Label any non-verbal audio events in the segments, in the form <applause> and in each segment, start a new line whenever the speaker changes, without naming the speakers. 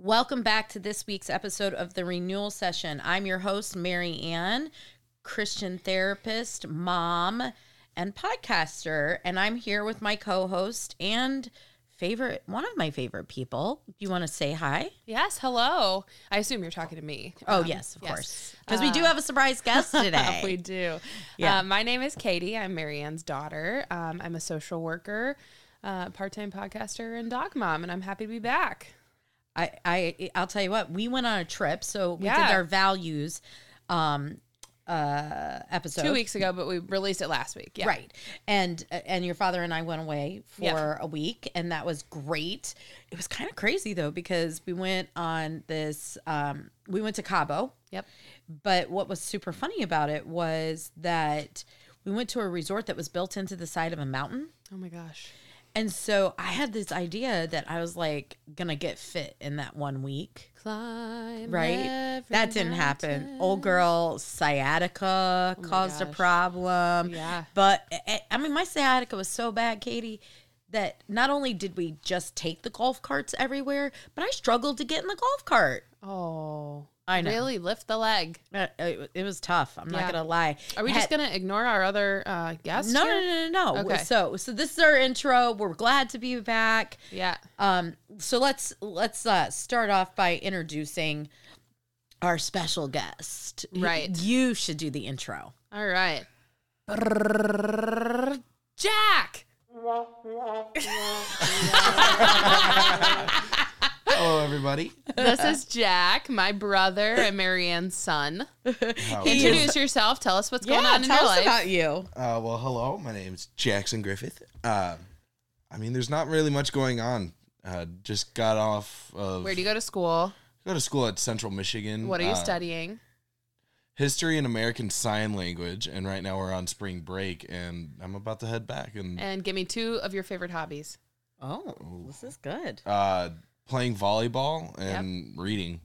Welcome back to this week's episode of the Renewal Session. I'm your host, Mary Ann, Christian therapist, mom, and podcaster. And I'm here with my co host and favorite, one of my favorite people. Do you want to say hi?
Yes, hello. I assume you're talking to me.
Oh,
Um,
yes, of
yes. Uh,
course. Because we do have a surprise guest today.
<laughs> we do.
Yeah.
Uh, my name is Katie. I'm Marianne's daughter. Um, I'm a social worker, uh, part time podcaster, and dog mom, and I'm happy to be back.
I, I I'll tell you what, we went on a trip, so we
Yeah.
did our values um uh episode.
Two weeks ago, but we released it last week. Yeah.
Right. And uh, and your father and I went away for
Yeah.
a week and that was great. It was kind of crazy though because we went on this um we went to Cabo.
Yep.
But what was super funny about it was that we went to a resort that was built into the side of a mountain.
Oh my gosh.
And so I had this idea that I was like going to get fit in that one week.
Climb.
right?
every
That didn't happen. Old girl sciatica caused a
Oh gosh.
problem.
Yeah.
But eh, eh, I mean, my sciatica was so bad, Katie, that not only did we just take the golf carts everywhere, but I struggled to get in the golf cart.
Oh.
I know.
Really lift the leg.
Uh, It, it was tough. I'm
Yeah.
not gonna lie.
Are we just
Had-
going to ignore our other uh, guests?
No,
here?
no, no, no, no.
Okay.
So, so this is our intro. We're glad to be back.
Yeah.
Um, so let's let's uh, start off by introducing our special guest.
Right.
You should do the intro.
All right. Jack.
Hello, everybody.
This is Jack, my brother and Marianne's son.
How are you?
Introduce yourself. Tell us what's going on in
tell
your
us
life.
about you.
Uh, well, hello. My name's Jackson Griffith. Uh, I mean, there's not really much going on. Uh, just got off of.
Where do you go to school?
go to school at Central Michigan?
What are you
Uh,
studying?
History and American Sign Language. And right now we're on spring break, and I'm about to head back and
And give me two of your favorite hobbies.
Oh, this is good.
uh, playing volleyball and reading.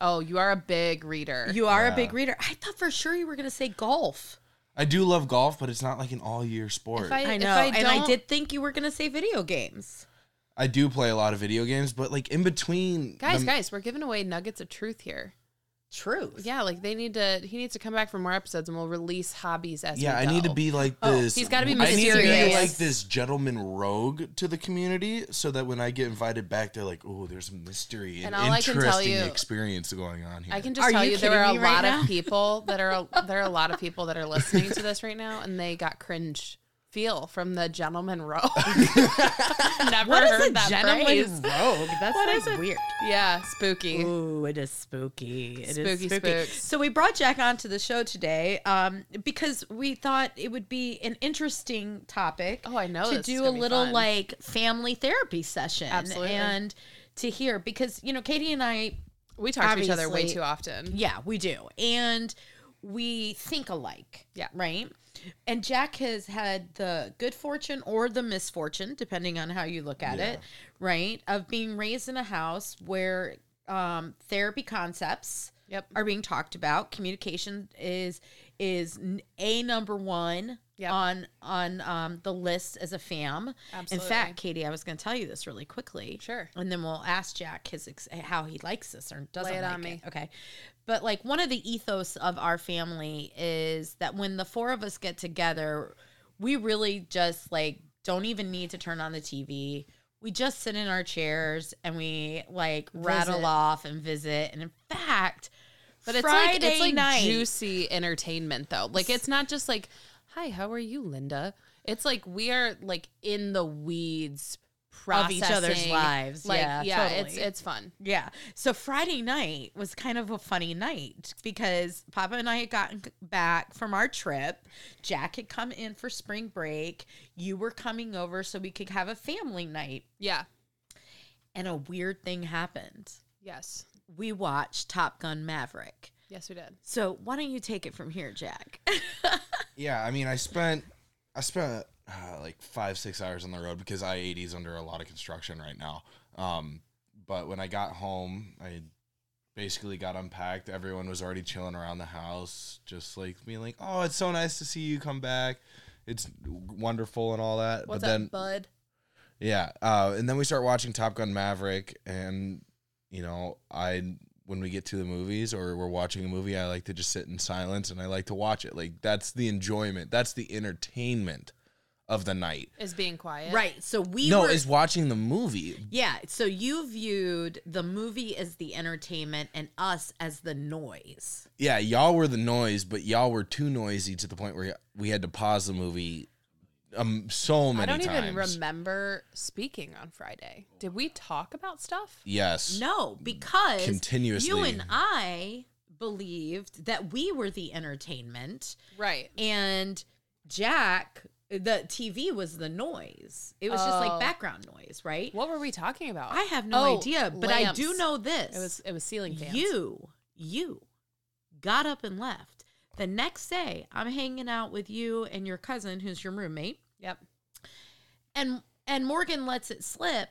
Oh, you are a big reader.
You are a big reader. I thought for sure you were going to say golf.
I do love golf, but it's not like an all-year sport.
If I,
I,
I
if
know,
I
and I
don't-
did think you were going to say video games.
do play a lot of video games, but like in between,
Guys,
the-
guys, we're giving away nuggets of truth here.
Truth.
Yeah, like they need to. He needs to come back for more episodes, and we'll release hobbies as.
Yeah,
we
I need to
go.
be like
Oh,
this.
he's gotta be
I need to be
mysterious.
like this gentleman rogue to the community, so that when I get invited back, they're like, "Oh, there's a mystery
And
and,
all I can
interesting
tell you-
experience going on here."
I can just
Are
tell
you
you, there are a
kidding me right
lot
now? <laughs>
of people that are there are a lot of people that are listening to this right now, and they got cringe feel from the gentleman row.
<laughs>
Never
What
heard
is a
that
gentleman
phrase.
<laughs> rogue? That's
What
like
is it?
weird.
Yeah, spooky.
Ooh, it is spooky. It is
Spooky
spooky.
spooks.
So we brought Jack onto the show today um, because we thought it would be an interesting topic.
Oh, I know
to
this is
do a
gonna be
little
fun.
like family therapy session,
Absolutely.
and to hear because you know Katie and I
We talk to each other way
Obviously.
too often.
Yeah, we do. And we think alike.
Yeah.
Right? And Jack has had the good fortune or the misfortune, depending on how you look at it, right? Of being raised in a house where um, therapy concepts
Yep.
are being talked about. Communication is is n- a number one
Yep.
on on um, the list as a fam. In
Absolutely.
fact, Katie, I was going to tell you this really quickly.
Sure.
And then we'll ask Jack his ex- how he likes this or doesn't
Lay it
like
on me.
it. Okay. But like one of the ethos of our family is that when the four of us get together, we really just like don't even need to turn on the TV. We just sit in our chairs and we like rattle
Visit.
off and visit. And in fact,
But it's like
Friday
it's like
night,
juicy entertainment though. Like it's not just like, "Hi, how are you, Linda?" It's like we are like in the weeds
Of each other's
processing.
lives.
Like
Yeah,
yeah, it's
totally.
it's fun.
Yeah. So Friday night was kind of a funny night because Papa and I had gotten back from our trip. Jack had come in for spring break. You were coming over so we could have a family night.
Yeah.
And a weird thing happened.
Yes.
We watched Top Gun Maverick.
Yes, we did.
So why don't you take it from here, Jack?
yeah, I mean, I spent, I spent uh, like five, six hours on the road because I eighty is under a lot of construction right now. Um, but when I got home, I basically got unpacked. Everyone was already chilling around the house, just like being like, "Oh, it's so nice to see you come back." It's wonderful and all that.
What's
but then
up, bud?
Yeah, uh, and then we start watching Top Gun Maverick, and you know, I when we get to the movies or we're watching a movie, I like to just sit in silence and I like to watch it. Like that's the enjoyment, that's the entertainment of the night.
Is being quiet.
<laughs> Right. So we
no,
were
is watching the movie.
Yeah, so you viewed the movie as the entertainment and us as the noise.
Yeah, y'all were the noise, but y'all were too noisy to the point where we had to pause the movie um so many
I don't
times.
even remember speaking on Friday. Did we talk about stuff?
Yes.
No, because
Continuously.
you and I believed that we were the entertainment
Right.
and Jack the TV was the noise. It was just
Oh.
like background noise, right?
What were we talking about?
I have no
Oh,
idea, but I do
lamps.
know this.
It was it was ceiling fans.
you you got up and left. The next day, I'm hanging out with you and your cousin who's your roommate.
Yep.
and and Morgan lets it slip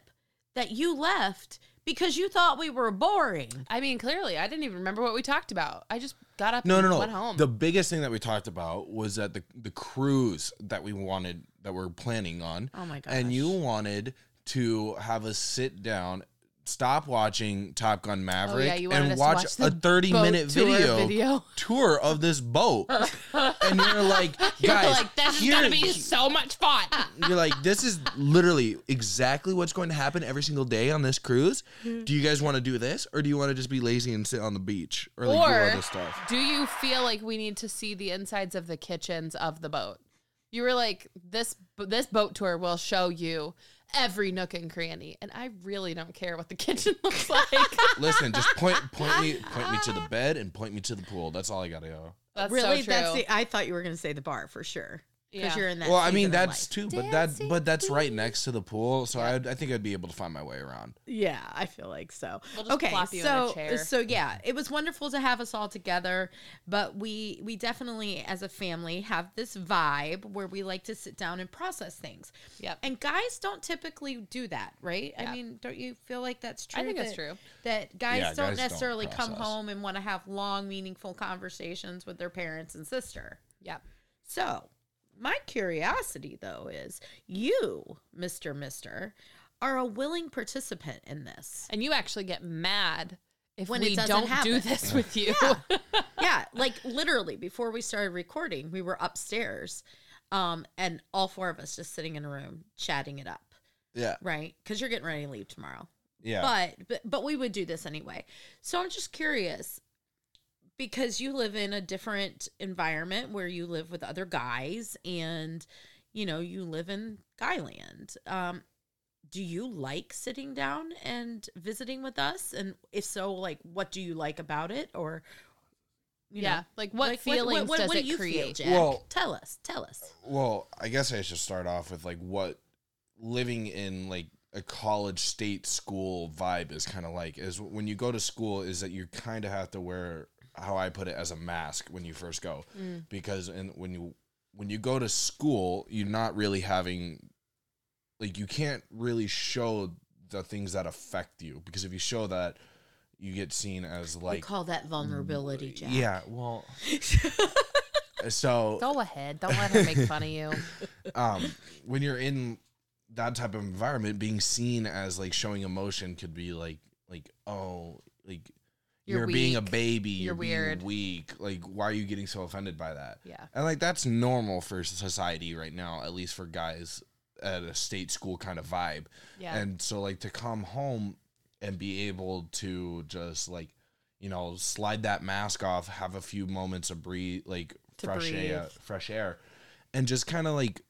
that you left because you thought we were boring.
I mean, clearly, I didn't even remember what we talked about. I just got up.
No,
and
no, no.
Went home.
The biggest thing that we talked about was that the the cruise that we wanted that we're planning on.
Oh my gosh.
And you wanted to have us sit down, stop watching Top Gun Maverick,
Oh, you wanted us
and
to
watch,
watch
a
the
thirty
boat
minute
tour
video,
video.
tour of
<laughs>
this boat. and you're like, <laughs> guys,
like this is gonna
here-
be so much fun. <laughs>
You're like, this is literally exactly what's going to happen every single day on this cruise. Do you guys want to do this, or do you want to just be lazy and sit on the beach or like do
Or-
other stuff?
Do you feel like we need to see the insides of the kitchens of the boat? You were like this. This boat tour will show you every nook and cranny, and I really don't care what the <laughs> kitchen looks like.
Listen, just point point me point me to
<laughs>
the bed and point me to the pool. That's all I gotta go.
That's
really,
so true.
that's the. I thought you were going to say the bar for sure because
Yeah.
you're in that.
Well, I
season
mean
of
that's
life.
too, but that but that's right next to the pool, so I I think I'd be able to find my way around.
yeah. I feel like so.
We'll just
okay,
plop you in
so
a chair.
so yeah, it was wonderful to have us all together, but we we definitely as a family have this vibe where we like to sit down and process things.
Yep.
And guys don't typically do that, right? I
Yeah.
mean, don't you feel like that's true?
I think that's
that-
true.
That guys don't
Yeah, guys don't
necessarily come
process.
home and want to have long, meaningful conversations with their parents and sister.
Yep.
So, my curiosity though is you, Mr. Mister, are a willing participant in
<laughs>
this.
And you actually get mad if
When it
we
doesn't
don't do
happen.
this with you. <laughs>
yeah, like literally before we started recording, we were upstairs um and all four of us just sitting in a room chatting it up,
Yeah,
right? Cuz you're getting ready to leave tomorrow.
yeah.
But, but but we would do this anyway. So I'm just curious because you live in a different environment where you live with other guys and you know you live in guyland. Um, do you like sitting down and visiting with us? And if so, like what do you like about it? Or you
yeah.
know,
like what feelings does
do
it
you feel,
create?
Jack?
Well-
tell us, tell us.
well, I guess I should start off with like what living in like a college state school vibe is kind of like is when you go to school is that you kind of have to wear how I put it as a mask when you first go
Mm.
because in when you when you go to school you're not really having like you can't really show the things that affect you because if you show that you get seen as
we
like mm,
call that vulnerability, Jack.
yeah well so
Go ahead. Don't let her make fun of
<laughs>
you.
um, when you're in that type of environment, being seen as like showing emotion could be like like oh like
You're
you're, being a
weak.
baby,
You're
you're, being
weird.
weak. Like why are you getting so offended by that?
Yeah.
and like that's normal for society right now, at least for guys at a state school kind of vibe.
Yeah.
And so like to come home and be able to just like you know slide that mask off, have a few moments of breathe like
To
fresh air,
breathe.
fresh air, and just kind of like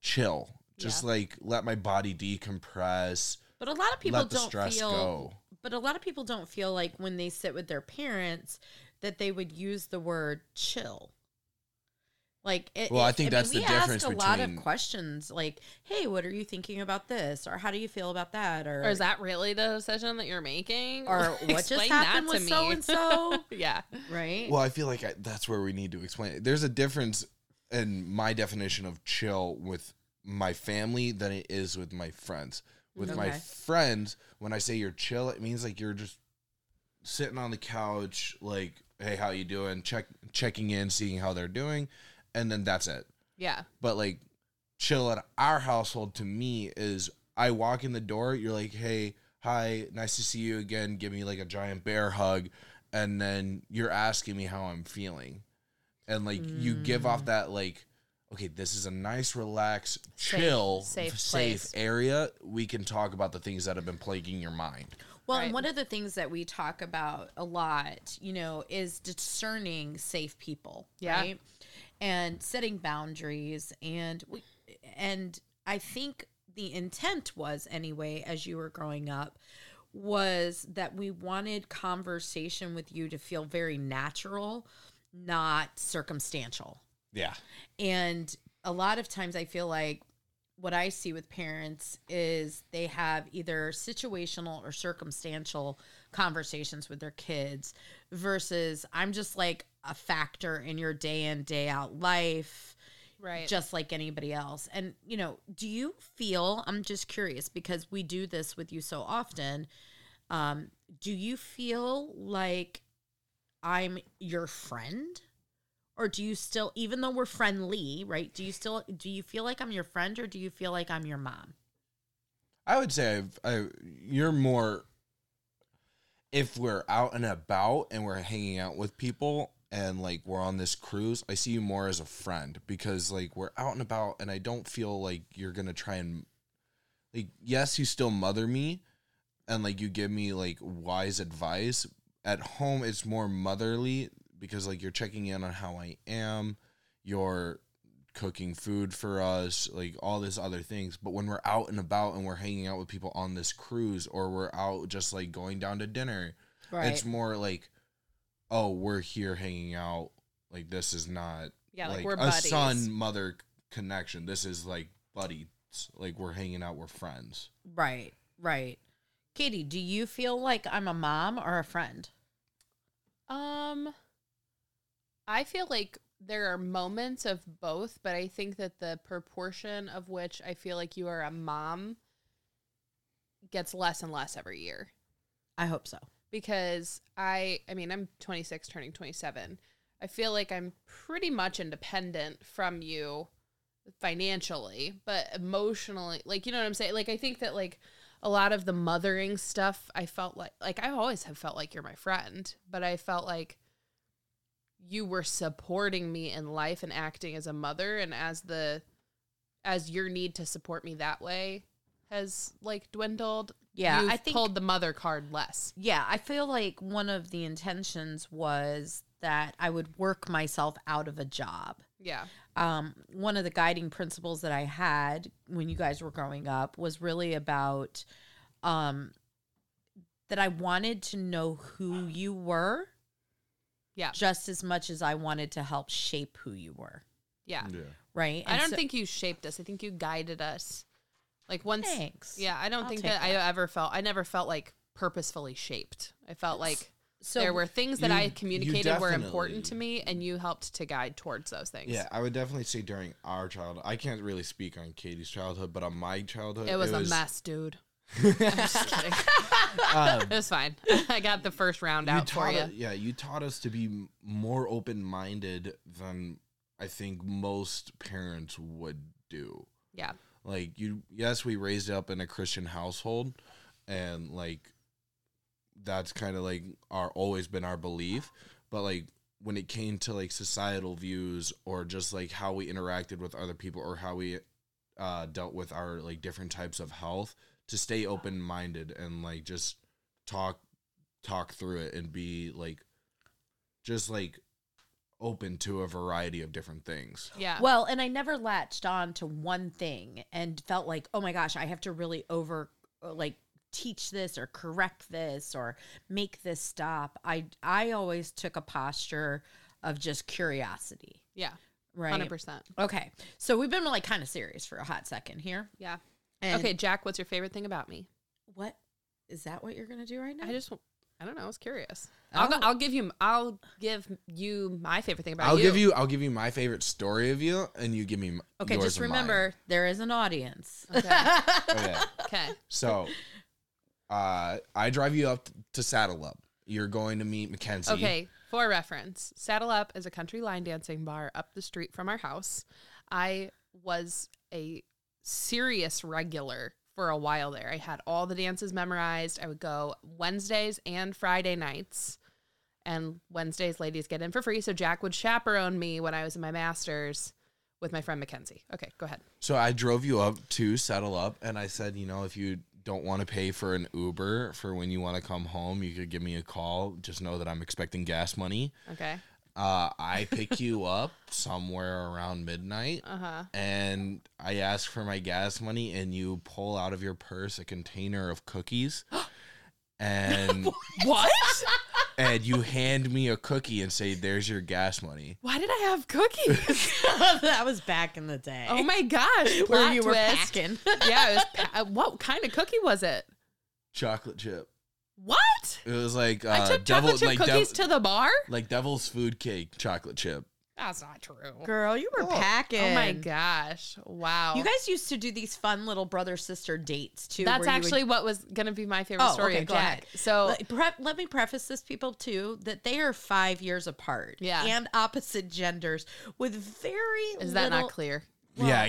chill. Just like let my body decompress,
<laughs> But a lot of people
let the
don't
stress
feel
go.
but a lot of people don't feel like when they sit with their parents that they would use the word chill. Like, it,
Well, I
it-
think that's the
we
difference
ask a lot of
between-
questions, like, "Hey, what are you thinking about this?" or "How do you feel about that?" or
Or is that really the decision that you're making?
or
<laughs>
"What just
Explain
happened
that
with so and
<laughs>
so?"
yeah.
Right?
Well, I feel like I, that's where we need to explain it. There's a difference in my definition of chill with my family than it is with my friends. With my
Okay.
friends, when I say you're chill, it means like you're just sitting on the couch, like, hey, how you doing? Check checking in, seeing how they're doing, and then that's it
Yeah.
but like chill at our household to me is I walk in the door, you're like, hey, hi, nice to see you again. Give me like a giant bear hug. And then you're asking me how I'm feeling. And like you give
Mm.
off that, like, okay, this is a nice, relaxed, chill,
safe place.
area. We can talk about the things that have been plaguing your mind.
Well,
Right.
and one of the things that we talk about a lot, you know, is discerning safe people,
Yeah.
right? And setting boundaries and we, and I think the intent was anyway as you were growing up was that we wanted conversation with you to feel very natural, not circumstantial.
Yeah.
And a lot of times I feel like what I see with parents is they have either situational or circumstantial conversations with their kids versus I'm just like a factor in your day in, day out life,
Right.
just like anybody else. And, you know, do you feel, I'm just curious because we do this with you so often. Um, do you feel like I'm your friend? Or do you still, even though we're friendly, right? Do you still, do you feel like I'm your friend or do you feel like I'm your mom?
I would say I've, I you're more if we're out and about and we're hanging out with people and like we're on this cruise, I see you more as a friend because like we're out and about and I don't feel like you're going to try and like yes, you still mother me and like you give me like wise advice. At home it's more motherly because like you're checking in on how I am, you're cooking food for us, like all this other things. But when we're out and about and we're hanging out with people on this cruise or we're out just like going down to dinner, it's more like, oh, we're here hanging out. Like this is not
yeah, like,
like,
we're
a
buddies.
son mother connection. This is like buddies. Like we're hanging out, we're friends.
Right, right. Katie, do you feel like I'm a mom or a friend?
Um, I feel like there are moments of both, but I think that the proportion of which I feel like you are a mom gets less and less every year
I hope so.
because I I mean I'm 26 turning 27. I feel like I'm pretty much independent from you financially, but emotionally, like you know what I'm saying? Like I think that like a lot of the mothering stuff, I felt like like I always have felt like you're my friend, but I felt like you were supporting me in life and acting as a mother and as the as your need to support me that way has like dwindled.
Yeah,
You've
I think-
pulled the mother card less.
Yeah, I feel like one of the intentions was that I would work myself out of a job.
Yeah.
Um, one of the guiding principles that I had when you guys were growing up was really about um, that I wanted to know who you were
Yeah.
just as much as I wanted to help shape who you were.
Yeah.
Mm.
Right.
I
And
don't
so-
think you shaped us. I think you guided us. Like once
Thanks.
Yeah, I don't
I'll
think
take
that, I ever felt I never felt like purposefully shaped. I felt like
so.
there were things that
you-
I
you
communicated were important to
definitely-
me and you helped to guide towards those things.
Yeah, I would definitely say during our childhood. I can't really speak on Katie's childhood, but on my childhood,
It was, a mess, dude. I'm just kidding. <laughs> it was fine. I got the first round out for
taught
you.
u- yeah, you taught us to be m- more open minded than I think most parents would do.
Yeah.
Like you, yes, we raised up in a Christian household, and like that's kind of like our always been our belief. But like when it came to like societal views or just like how we interacted with other people or how we uh, dealt with our like different types of health, to stay open minded and like just talk talk through it and be like just like open to a variety of different things.
Yeah.
Well, and I never latched on to one thing and felt like, oh my gosh, I have to really over uh, like teach this or correct this or make this stop. I I always took a posture of just curiosity,
yeah.
right?
100%.
Okay. So we've been like kind of serious for a hot second here.
Yeah.
And
okay, Jack, what's your favorite thing about me?
What is that what you're going to do right now?
I just I don't know. I was curious. I'll,
Oh.
go, I'll give you I'll give you my favorite thing about
I'll
you.
give you I'll give you my favorite story of you, and you give me m-
okay,
yours
just
and
remember there is an
<laughs>
audience. <laughs>
Okay.
mine. Okay, <laughs>
okay.
so uh, I drive you up t- to Saddle Up. You're going to meet Mackenzie.
Okay, for reference, Saddle Up is a country line dancing bar up the street from our house. I was a serious regular for a while there. I had all the dances memorized. I would go Wednesdays and Friday nights. And Wednesdays, ladies get in for free. So Jack would chaperone me when I was in my master's with my friend Mackenzie. Okay, go ahead.
So I drove you up to settle up, and I said, you know, if you don't want to pay for an Uber for when you want to come home, you could give me a call. Just know that I'm expecting gas money.
Okay.
Uh, I pick you up somewhere around midnight,
Uh huh.
and I ask for my gas money, and you pull out of your purse a container
<gasps>
of cookies, and
<laughs> What?
and you hand me a cookie and say, "There's your gas money."
Why did I have cookies?
that was back in the day.
oh my gosh.
<laughs>
Plot
Where you were
twist.
packing.
yeah, it was pa- uh, what kind of cookie was it?
Chocolate chip.
What?
It was like uh,
I took
devil,
chocolate chip
like
cookies
dev-
to the bar?
like devil's food cake chocolate chip.
That's not true.
Girl, you were packing.
Oh my gosh. Wow.
You guys used to do these fun little brother sister dates too.
Oh.
where
That's
you would-
actually what was going to be my favorite
Oh,
story
okay,
of
go
Jack.
ahead.
So
Let, prep, let me preface this, people, too, that they are five years apart.
Yeah.
And opposite genders with very
is that
little, <laughs>
not clear?
yeah,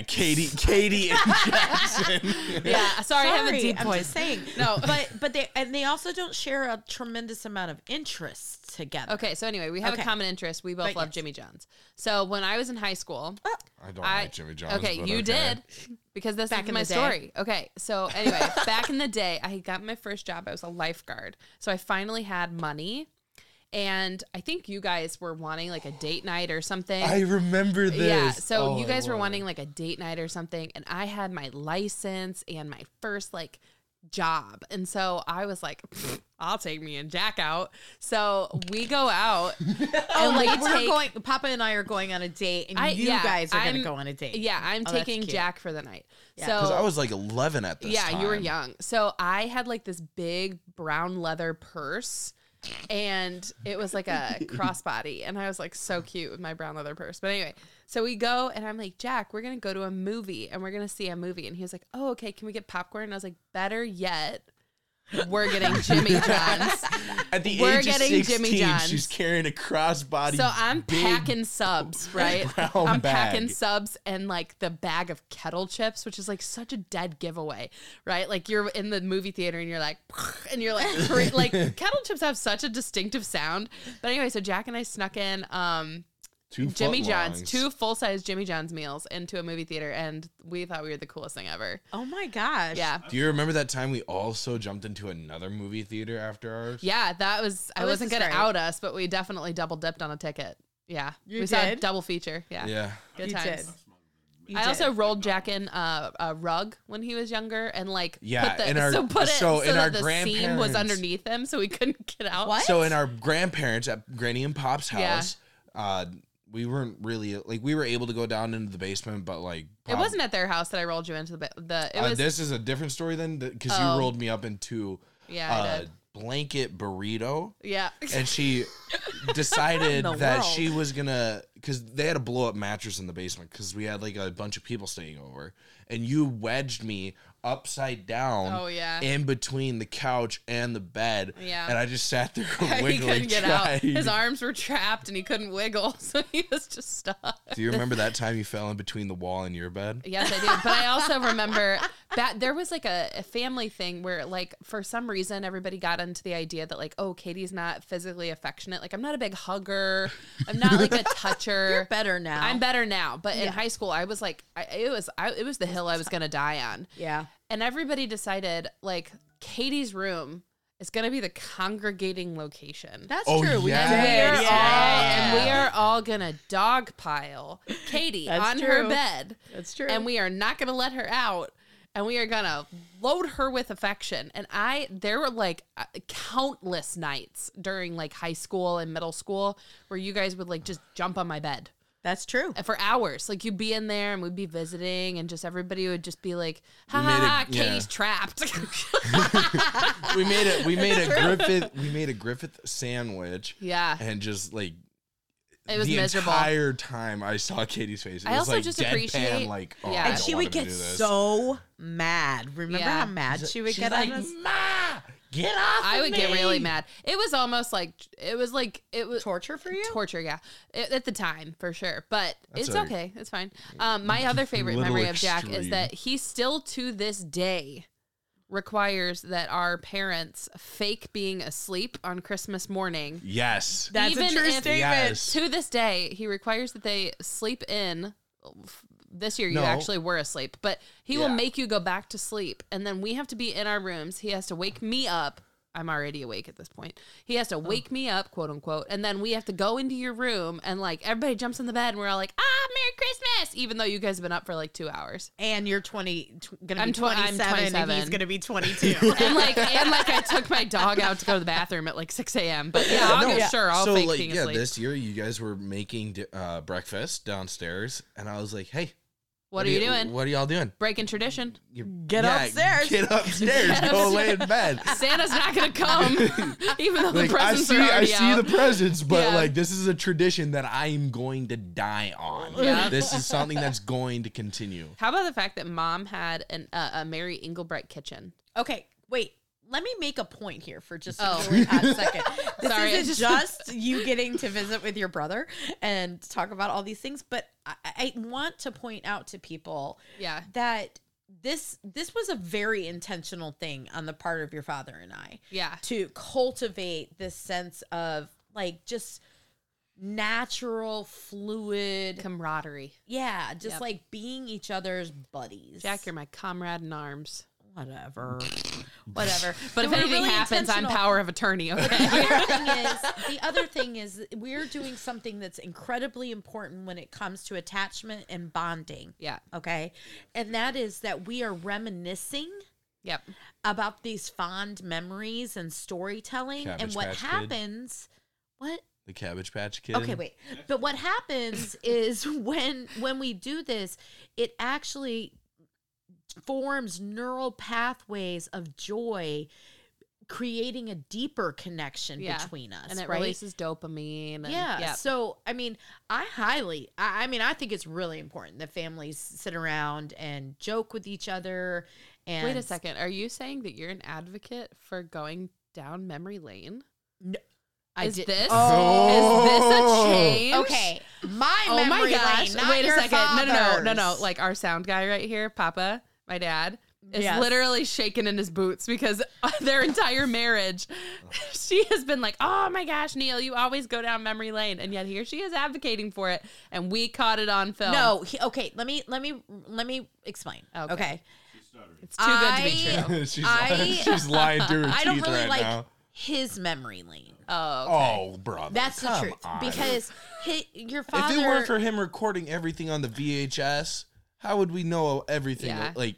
<laughs>
Katie, Katie, and Jackson.
Yeah. Sorry, I have a deep
I'm
voice.
just saying.
<laughs> No.
but but they and they also don't share a tremendous amount of interests together.
Okay. So anyway, we have
Okay.
a common interest. We both
But
love
yes.
Jimmy John's. So when I was in high school,
I don't
I-
like Jimmy John's.
Okay,
but
you did because that's
Back in
my
the day.
story. Okay, so anyway, <laughs> back in the day, I got my first job. I was a lifeguard, so I finally had money, and I think you guys were wanting like a date night or something.
I remember this.
Yeah, so
Oh,
you
I
guys were
love it.
wanting like a date night or something, and I had my license and my first like job, and so I was like, "Pfft, I'll take me and Jack out. So we go out,
<laughs> Oh,
and
like
we
we're
take
going. Papa and I are going on a date, and
I-
you
yeah,
guys are going to
I'm-
go on a date.
Yeah, I'm
Oh, that's
taking
cute.
Jack for the night.
Yeah.
So
'Cause I was like 11 at this
yeah, you were
time.
young. So I had like this big brown leather purse and it was like
<laughs>
a crossbody and I was like so cute with my brown leather purse. But anyway, so we go and I'm like, "Jack, we're going to go to a movie and we're going to see a movie." And he was like, "Oh, okay, can we get popcorn?" And I was like, "Better yet, we're getting Jimmy
<laughs>
John's."
At the
We're
age of
getting
16,
Jimmy
she's
John's.
carrying a crossbody.
So I'm
big-
packing
<laughs>
subs, right?
brown
I'm
bag.
packing subs and like the bag of kettle chips, which is like such a dead giveaway, right? Like you're in the movie theater and you're like, <laughs> and you're like,
<laughs>
pre- like kettle chips have such a distinctive sound. But anyway, so Jack and I snuck in um,
two
Jimmy
footlongs.
John's, two full size Jimmy John's meals into a movie theater, and we thought we were the coolest thing ever.
Oh my gosh.
Yeah.
Do you remember that time we also jumped into another movie theater after ours?
Yeah, that was, I
Oh, this
wasn't
is
going to
great.
out us, but we definitely double dipped on a ticket. Yeah.
You
we saw a
did?
double feature. Yeah.
Yeah.
Good
You did.
times.
You
I
did.
also rolled Jack in uh, a rug when he was younger, and like
Yeah,
put the,
in our-
so put it
so
so
in our
that the seam was
grandparents-
underneath him, so he couldn't get out.
What?
So in our grandparents at Granny and Pop's
Yeah.
house, uh, we weren't really like we were able to go down into the basement, but like
It
Pop-
wasn't at their house that I rolled you into the ba- the. It
Uh,
was
this is a different story then because
Oh.
you rolled me up into
yeah, I
a
did.
blanket burrito,
yeah.
uh,
<laughs>
and she decided
The
that
world.
she was gonna because they had a blow up mattress in the basement because we had like a bunch of people staying over, and you wedged me upside down.
Oh, yeah.
In between the couch and the bed,
Yeah.
and I just sat there
<laughs> he
wiggling.
couldn't get out.
trying.
His arms were trapped, and he couldn't wiggle, <laughs> so he was just stuck.
<laughs> <laughs> Do you remember that time you fell in between the wall and your bed?
<laughs> Yes, I do. But I also remember that there was like a, a family thing where, like, for some reason, everybody got into the idea that, like, oh, Katie's not physically affectionate. Like, I'm not a big hugger. I'm not like
<laughs>
a toucher.
You're better now.
I'm better now, but in
Yeah.
high school, I was like, I, it was, I, it was the hill I was gonna die on,
Yeah.
and everybody decided like Katie's room is gonna be the congregating location.
That's
Oh,
true. We
yeah.
and we
did.
are all,
Yeah.
and we are all gonna dogpile Katie
That's
on her
true.
bed,
That's true.
and we are not gonna let her out, and we are gonna load her with affection. And I, there were like uh, countless nights during like high school and middle school where you guys would like just jump on my bed
That's true.
for hours. Like you'd be in there and we'd be visiting and just everybody would just be like, ha
We made
ha,
a-
ha Katie's
yeah.
trapped. <laughs>
We made it. We made a Griffith. We made a Griffith sandwich,
yeah.
and just like
It was
Uh, the
miserable.
entire time I saw Katie's face. It
I
was
also
like
just
deadpan,
appreciate-
like oh,
Yeah.
I
and
don't
she
want
would
him
get
to do this.
so mad. Remember
Yeah.
how mad she would
She's
get
like,
on us?
Ma, get off!
I
of
would get really
me."
mad. It was almost like it was like it was
Torture for you?
"Mm, torture, yeah. It, at the time, for sure. But
That's
it's
a- <laughs>
okay. It's fine. Um, my other favorite
Little
memory of Jack is
extreme.
that he still to this day requires that our parents fake being asleep on Christmas morning.
Yes.
<laughs> That's a
Even
true
if-
statement.
Yes.
To this day, he requires that they sleep in. This year, you
No.
actually were asleep, but he will
Yeah.
make you go back to sleep. And then we have to be in our rooms. He has to wake me up. I'm already awake at this point. He has to
Oh.
wake me up, quote unquote. And then we have to go into your room and like everybody jumps in the bed and we're all like, ah, Merry Christmas, even though you guys have been up for like two hours.
And you're 20, tw- gonna be
I'm tw- I'm
27, and he's
27.
gonna be 22.
and
<laughs>
like and like I took my dog out to go to the bathroom at like 6 a.m. But yeah, I'll
No,
go, sure, I'll
so
fake
like
being
yeah,
asleep.
this year you guys were making di- uh, breakfast downstairs, and I was like, "Hey,
what are you doing?
What are y'all doing?
Breaking tradition.
You,
Get upstairs.
Get
<laughs>
upstairs.
Get
go lay in bed.
Santa's not gonna
<laughs>
come, even though
Like
the
I
presents
see,
are
I
already
see
out.
the presents, but
Yeah.
like this is a tradition that I'm going to die on.
Yeah.
This is something that's going to continue.
How about the fact that mom had an, uh, a Mary Engelbright kitchen?
okay, wait. Let me make a point here for just
Oh.
a really hot second. This
Sorry, I
isn't just... you getting to visit with your brother and talk about all these things, but I, I want to point out to people
Yeah.
that this this was a very intentional thing on the part of your father and I
Yeah.
to cultivate this sense of like just natural fluid
Camaraderie.
yeah just
Yep.
like being each other's buddies
Jack, you're my comrade in arms. <laughs>
whatever whatever
But
No,
if
we're
anything
really
happens, I'm
intentional.
power of <laughs> attorney, okay?
the other thing
<laughs>
is the other thing is we're doing something that's incredibly important when it comes to attachment and bonding
yeah.
okay and that is that we are reminiscing
Yep.
about these fond memories and storytelling and
Cabbage
what
Patch Kid.
happens what
The Cabbage Patch Kid.
okay wait but what
<laughs>
happens is when when we do this it actually forms neural pathways of joy creating a deeper connection
Yeah.
between us
And it
right
releases dopamine. And,
yeah.
yep.
So, I mean, I highly, I, I mean, I think it's really important that families sit around and joke with each other. And
Wait a second. Are you saying that you're an advocate for going down memory lane?
I
is
did-
this
Oh.
is this a change?
Okay. My
Oh my
memory
gosh.
lane, not
Wait a
your
second. No, no, no, no, no.
father's.
Like our sound guy right here, Papa, my dad, is
Yes.
literally shaking in his boots because <laughs> their entire marriage, <laughs> she has been like, "Oh my gosh, Neil, you always go down memory lane," and yet here she is advocating for it, and we caught it on film.
no. He, okay. Let me, let me, let me explain.
Okay.
Okay.
it's too good to be
I- <laughs>
true.
<laughs> she's,
I-
lying, she's lying through her
<laughs>
I don't
teeth
really
right
like
now.
his memory lane.
Oh,
Oh, brother.
That's the
come
truth.
on.
Because he, your
if
father.
it weren't for him recording everything on the VHS, how would we know everything?
Yeah.
Like,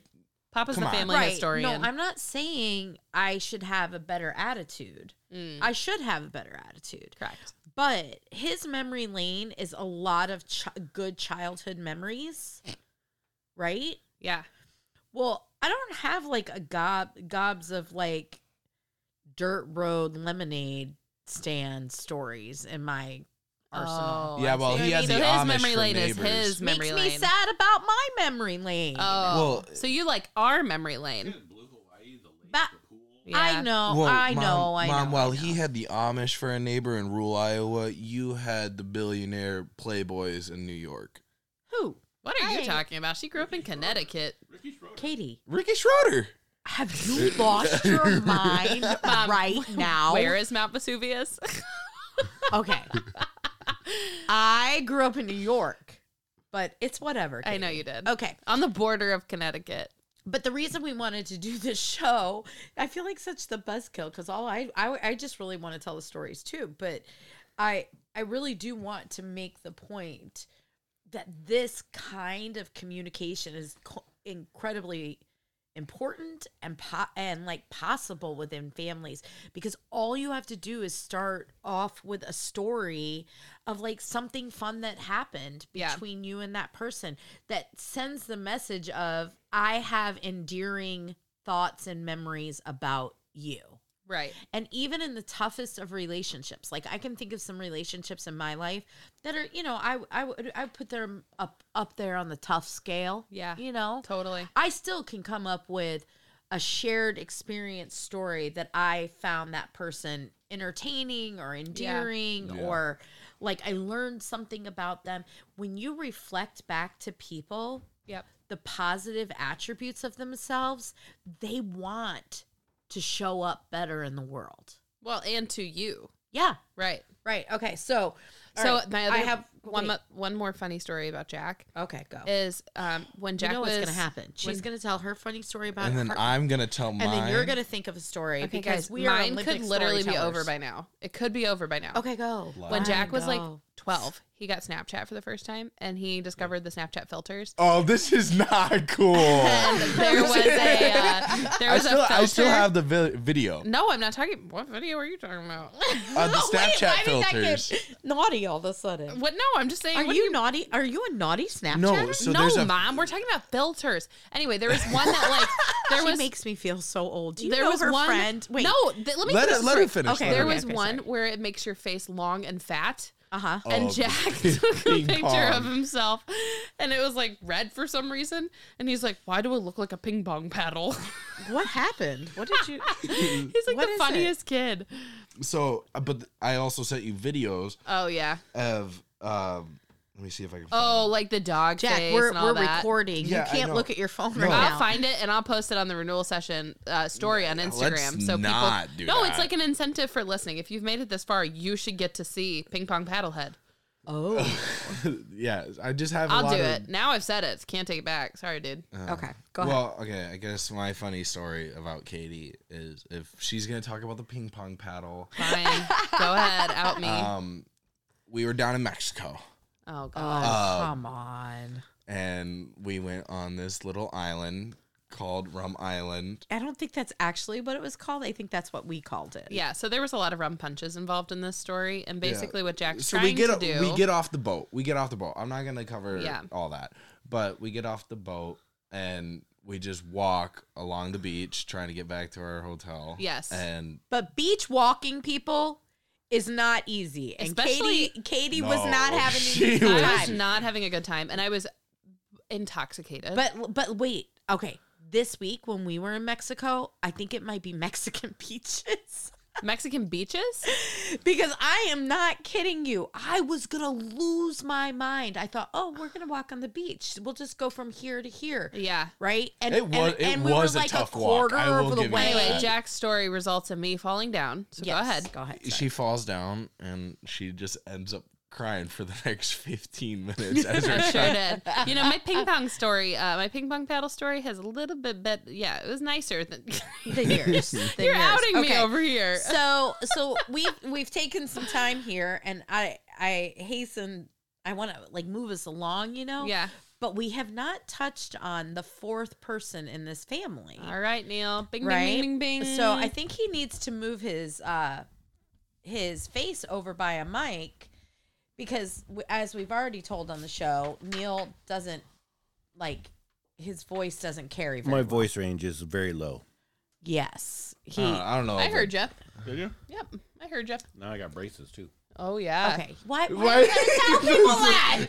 Papa's
Come
the
on.
family historian.
No, I'm not saying I should have a better attitude.
Mm.
I should have a better attitude.
correct.
But his memory lane is a lot of ch- good childhood memories, right?
Yeah.
Well, I don't have like a gob gobs of like dirt road lemonade stand stories in my arsenal.
Oh,
Yeah,
I see
well,
what
he
you
has
mean.
the
so his
Amish
memory
for
lane
neighbors.
is his memory
Makes
lane.
me sad about my memory lane.
Oh,
Well-
so you like our memory lane?
But
Yeah.
I know,
well,
Oh, I
Mom-
know, I know.
Mom,
I
while
know.
he had the Amish for a neighbor in rural Iowa, you had the billionaire playboys in New York.
who?
What are
I-
you talking about? She grew up in Connecticut.
Katie,
Ricky Schroeder. <laughs>
have you lost your <laughs> mind
Mom,
right now?
Where is
<laughs>
Mount Vesuvius?
Okay. <laughs> I grew up in New York, but it's whatever.
I
Katie.
know you did.
Okay.
On the border of Connecticut.
But the reason we wanted to do this show, I feel like such the buzzkill because all I, I I just really want to tell the stories too, but I I really do want to make the point that this kind of communication is co- incredibly important and po- and like possible within families because all you have to do is start off with a story of like something fun that happened
Yeah.
between you and that person that sends the message of I have endearing thoughts and memories about you.
Right.
And even in the toughest of relationships, like I can think of some relationships in my life that are, you know, I I would I would put them up up there on the tough scale.
Yeah.
you know,
Totally.
I still can come up with a shared experience story that I found that person entertaining or endearing
Yeah.
or like I learned something about them. When you reflect back to people,
Yep.
the positive attributes of themselves, they want to show up better in the world.
Well, and to you.
Yeah.
Right.
Right. Okay. So, all
so
right,
my other
I have
one
wait.
mo- one more funny story about Jack
Okay, go.
is um when Jack
you know
was
what's going to happen. She's going to tell her funny story about
and then
her,
I'm gonna tell mine.
and then you're going to think of a story
Okay,
because
guys,
we are
mine
Olympic
could literally be over
storytellers.
by now. It could be over by now.
Okay, go.
Wow.
When Jack was like
<laughs> Go.
12, he got Snapchat for the first time and he discovered the
<laughs>
Snapchat filters.
Oh, this is not cool.
And there was a uh, there
I
was
still,
a filter.
I still have the vi- video.
No, I'm not talking. What video are you talking about? <laughs>
Uh, the Snapchat filters.
<laughs> naughty all of a sudden.
what? No, I'm just saying.
Are
what
you Oh, naughty? Are you a naughty Snapchatter?
No, so
no,
there's a
mom. We're talking about filters. Anyway, there was one
<laughs>
that like there
she
was
makes me feel so old. Do you
there
know
was
her
one
friend? Wait,
No, th- let me finish
Let it-
the
let
story.
her finish,
Okay,
let
there
her
was
finish.
one where it makes your face long and fat.
Uh huh.
and
<laughs>
Oh,
Jack <laughs>
ping
took a picture of
pong.
himself and it was like red for some reason. And he's like, Why do I look like a ping pong paddle? <laughs>
What happened? What did you? <laughs>
he's like
Mm. What
the
is
funniest kid.
So, uh, but th- I also sent you videos
Oh, yeah.
of. Um, let me see if I can.
Oh, like the dog
Jack,
face
we're,
and all
we're
that.
recording.
Yeah, I
you can't
know.
look at your phone
No.
right
I'll
now.
find it and I'll post it on the renewal session uh, story on Instagram. so people,
not do
no, it's
that.
like an incentive for listening. If you've made it this far, you should get to see Ping Pong Paddlehead.
oh,
find. yeah, I just have. a
I'll
lot
do
of,
it. Now I've said it. Can't take it back. Sorry, dude.
okay. Go ahead.
Well, okay. I guess my funny story about Katie is if she's gonna talk about the ping pong paddle.
Fine. Go ahead. Out me.
Um, we were down in Mexico
oh
Oh,
God.
Um,
come on.
and we went on this little island called Rum Island.
I don't think that's actually what it was called. I think that's what we called it.
Yeah, so there was a lot of rum punches involved in this story, and basically what Jack's
so
trying
we get
to
o-
do.
we get off the boat. We get off the boat. I'm not gonna cover
Yeah.
all that, but we get off the boat and we just walk along the beach trying to get back to our hotel.
Yes.
and
But beach walking people is not easy. And
Especially-
Katie Katie was
No,
not having
she
an easy
was-
I was
time.
not having a good time, and I was intoxicated.
But but wait, okay. This week when we were in Mexico, I think it might be <laughs> Mexican beaches <laughs>
Mexican beaches?
because I am not kidding you. I was gonna lose my mind. I thought, oh, we're gonna walk on the beach. We'll just go from here to here,
Yeah.
right? And
It
and,
was- it
and we
was
were
a
like
tough
a
walk.
quarter
I will
of the
give you
way.
that.
Anyway, Jack's story results in me falling down. So
Yes,
go ahead.
go ahead.
she falls down and she just ends up crying for the <laughs> next 15
<laughs>
minutes as her
I sure did. You know, my ping pong story, uh, my ping pong paddle story has a little bit, but yeah, it was nicer <laughs> than
the years.
<laughs>
The
you're
years.
outing me
Okay.
over here.
so so we've we've taken some time here and i i hasten i want to like move us along you know
<laughs> Yeah.
but we have not touched on the fourth person in this family
All right, Neil. Bing,
right
bing, bing, bing, bing.
so i think he needs to move his uh his face over by a mic because w- as we've already told on the show neil doesn't like his voice doesn't carry very
My
well.
voice range is very low.
yes he
Uh, I don't know.
I
if
heard you.
Did you?
Yep, I heard you.
Now I got braces too.
Oh, yeah.
okay why,
it-
why <laughs>
Why-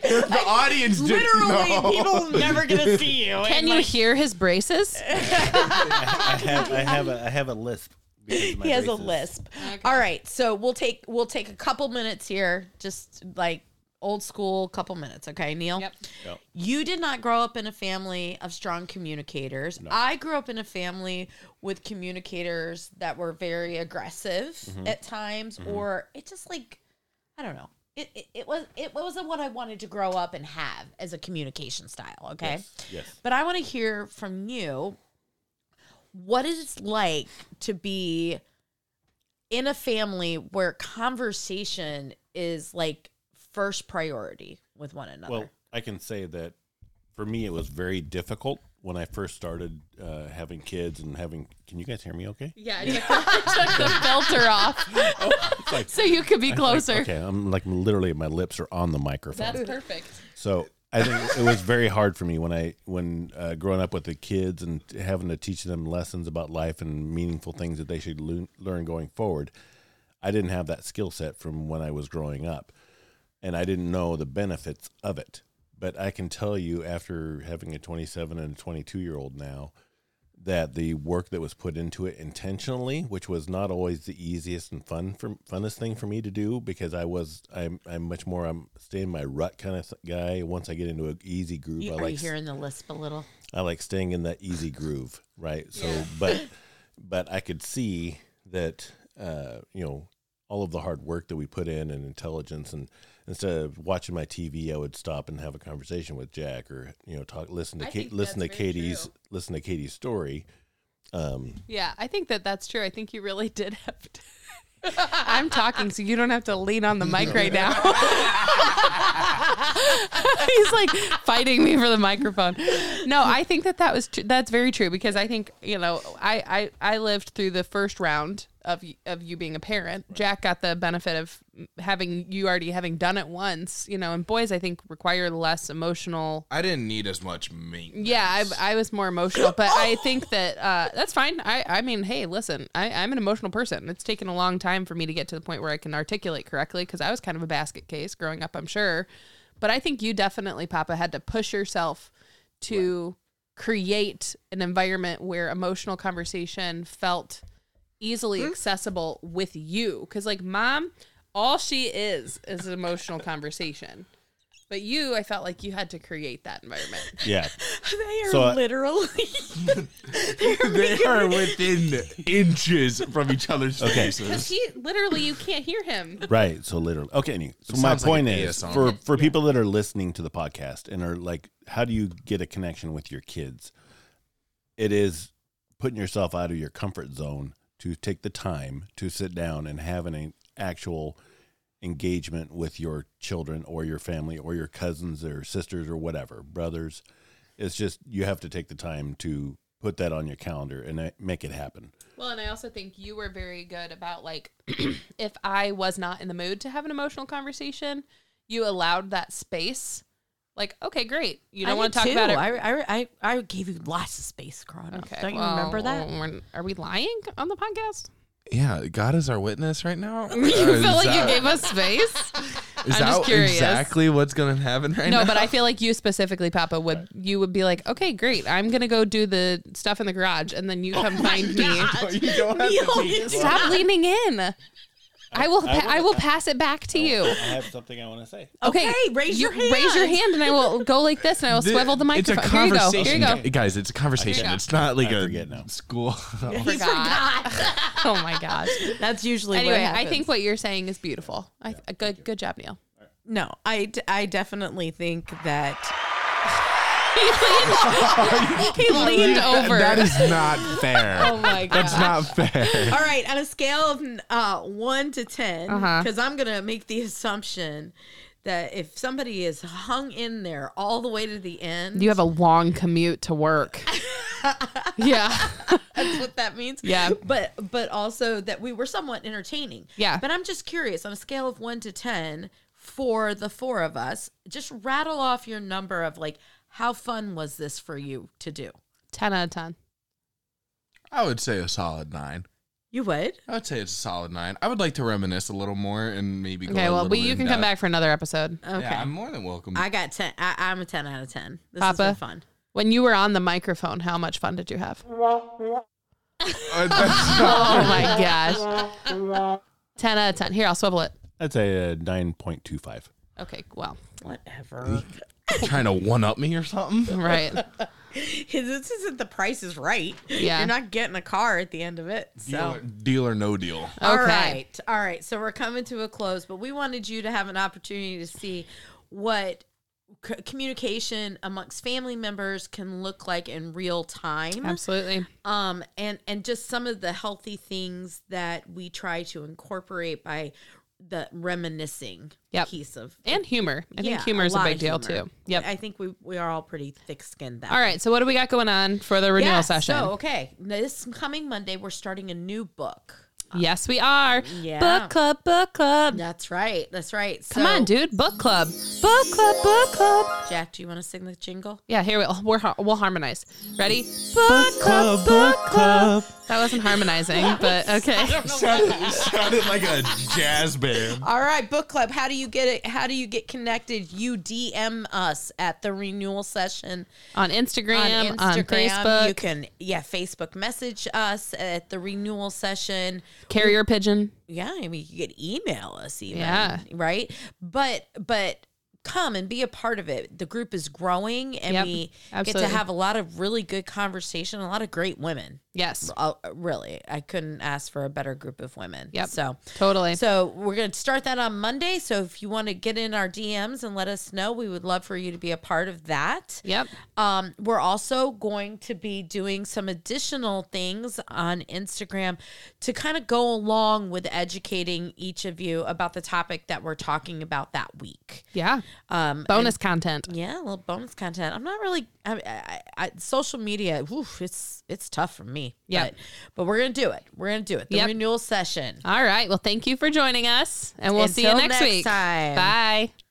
that?
the audience didn't
<laughs>
know.
never gonna see you.
Can you hear his braces?
I have I have a I have a lisp. because of my
He has a
braces.
lisp. All right, so we'll take we'll take a couple minutes here, just like old school couple minutes, okay, Neil?
<laughs> Yep.
Yep.
You did not grow up in a family of strong communicators. I grew up in a family with communicators that were very aggressive at times, or it just like I don't know. It, it, it was it wasn't what I wanted to grow up and have as a communication style. Okay.
Yes.
But I want to hear from you what it's like to be in a family where conversation is like first priority with one another.
Well, I can say that for me it was very difficult when I first started uh, having kids and having. Can you guys hear me? <laughs> Okay.
Yeah, I took, I took the filter off
Oh, It's like-
so you could be closer.
okay, I'm like literally my lips are on the microphone.
That's perfect.
So I think it was very hard for me when I when uh, growing up with the kids and having to teach them lessons about life and meaningful things that they should lo- learn going forward. I didn't have that skill set from when I was growing up, and I didn't know the benefits of it. But I can tell you, after having a 27 and a 22 year old now, that the work that was put into it intentionally, which was not always the easiest and fun for, funnest thing for me to do because I was I'm I'm much more I'm stay in my rut kind of guy. Once I get into an easy groove,
You-
I
are
like
you hearing the lisp a
<laughs>
little?
I like staying in that easy groove, right? So,
Yeah.
but but I could see that uh, you know all of the hard work that we put in and intelligence, and instead of watching my TV, I would stop and have a conversation with Jack, or you know, talk, listen to
I
Kate,
think
listen to
that's very
Katie's,
true.
listen to Katie's story. Um,
Yeah, I think that that's true. I think you really did have to. <laughs> I'm talking, so you don't have to lean on the mic right now. <laughs> He's like fighting me for the microphone. No, I think that that was tr- that's very true because I think you know I, I I lived through the first round of y- of you being a parent. Jack got the benefit of having you already having done it once, you know. And boys, I think require less emotional
I didn't need as much
<laughs>
maintenance.
yeah, I, I was more emotional, but I think that uh, that's fine. I, I mean, hey, listen, I, I'm an emotional person. It's taken a long time for me to get to the point where I can articulate correctly because I was kind of a basket case growing up, I'm sure. But I think you definitely, Papa, had to push yourself to create an environment where emotional conversation felt easily accessible with you. Because, like, mom, all she is is an emotional conversation. But you, I felt like you had to create that environment.
yeah,
They are
So I-
<laughs> literally.
<laughs> they are within inches from each other's faces.
He literally, you can't hear him.
right. So literally, okay. anyway, So my
sounds like
point
an
is
ASL.
for for people that are listening to the podcast and are like, how do you get a connection with your kids? It is putting yourself out of your comfort zone to take the time to sit down and have an actual engagement with your children or your family or your cousins or sisters or whatever brothers. It's just you have to take the time to put that on your calendar and uh, make it happen.
Well, and I also think you were very good about like, <clears throat> if I was not in the mood to have an emotional conversation, you allowed that space. Like, okay, great. You don't want to talk about it.
I, I, I, I gave you lots of space growing up.
okay,
Don't you
well,
remember that?
we're- Are we lying on the <laughs> podcast?
Yeah, God is our witness right now.
<laughs> You feel like you gave us space. <laughs>
Is
I'm just
that
curious.
exactly what's going to happen right now?
No, but I feel like you specifically, Papa, would you would be like, okay, great. I'm gonna go do the stuff in the garage, and then you come find me.
<laughs> you
<laughs>
don't have
Neil,
to be.
it's-
Stop leaning in. I, will.
I
pa- I will pass it back to you.
have something I want to say.
Okay,
Okay, raise your
you-
hand.
Raise your hand, and I will go like this, and I will
Th-
swivel the microphone.
It's a
Here you go.
conversation,
Here you go.
gu- guys. It's a conversation. It's not like
I
a
forget now.
school. <laughs>
He
Forgot.
forgot.
<laughs>
<laughs>
Oh my gosh.
That's usually what
Anyway, I
happens.
think what you're saying is beautiful. I, good. Good job, Neil.
No, I, d- I definitely think that.
he leaned, he leaned over.
That is not fair.
<laughs> oh my gosh.
<laughs> That's not fair.
All right, on a scale of uh, one to 10,
Uh-huh.
because I'm going to make the assumption that if somebody is hung in there all the way to the end,
you have a long commute to work.
<laughs>
yeah.
that's what that means.
Yeah.
But but also that we were somewhat entertaining.
Yeah.
But I'm just curious on a scale of one to ten for the four of us, just rattle off your number of like how fun was this for you to do?
Ten out of ten.
I would say a solid nine.
You would?
I would say it's a solid nine. I would like to reminisce a little more and maybe. Go
Okay.
a
Well,
little
we, you
in
can come
depth.
back for another episode.
Okay.
Yeah, I'm more than welcome.
I got ten. I, I'm a ten out of ten. This
Papa?
has been fun.
When you were on the microphone, how much fun did you have? <laughs>
<laughs> Uh, that's not-
Oh my gosh. 10 out of 10. Here, I'll swivel it.
I'd say uh, nine point two five.
Okay, well,
Whatever.
trying to one up me or something.
right.
this isn't the price is right.
Yeah.
You're not getting a car at the end of it. So
Deal, or, deal or no deal.
All
Okay.
right. All right. So we're coming to a close, but we wanted you to have an opportunity to see what c- communication amongst family members can look like in real time.
Absolutely.
Um and and just some of the healthy things that we try to incorporate by the reminiscing
Yep.
piece of
And humor. I
Yeah,
think humor is a
lot
big
of
deal
humor.
too. Yep.
I think we we are all pretty thick-skinned that
All right. So what do we got going on for the renewal
yeah,
session?
So, okay. This coming Monday, we're starting a new book.
Yes, we are.
uh, Yeah.
Book club, book club.
That's right. That's right.
Come
So-
on, dude. Book club. Book club, book club.
Jack, do you want to sing the jingle?
Yeah, here we we're, har- we'll harmonize. Ready? Book club, book club. That
<laughs>
wasn't harmonizing, but okay.
sounded, sounded like a jazz band.
All right, book club. How do you get it? How do you get connected? You DM us at the renewal session
On Instagram, on,
You
Facebook,
can yeah, Facebook message us at the renewal session.
carrier pigeon.
Yeah, I mean you could email us even.
Yeah.
Right? But but come and be a part of it. The group is growing and
Yep,
we get
absolutely.
to have a lot of really good conversation, a lot of great women.
Yes,
Uh, really, I couldn't ask for a better group of women.
Yep.
So
totally.
So we're going to start that on Monday. So if you want to get in our DMs and let us know, we would love for you to be a part of that.
yep.
Um, we're also going to be doing some additional things on Instagram to kind of go along with educating each of you about the topic that we're talking about that week.
Yeah.
Um,
Bonus content.
yeah, a little bonus content. I'm not really I, I, I, social media. Oof, it's it's tough for me.
Yep.
but, but we're gonna do it. We're gonna do it. The
Yep.
renewal session.
All right. Well, thank you for joining us, and we'll see you
Until
next,
next
week.
time.
Bye.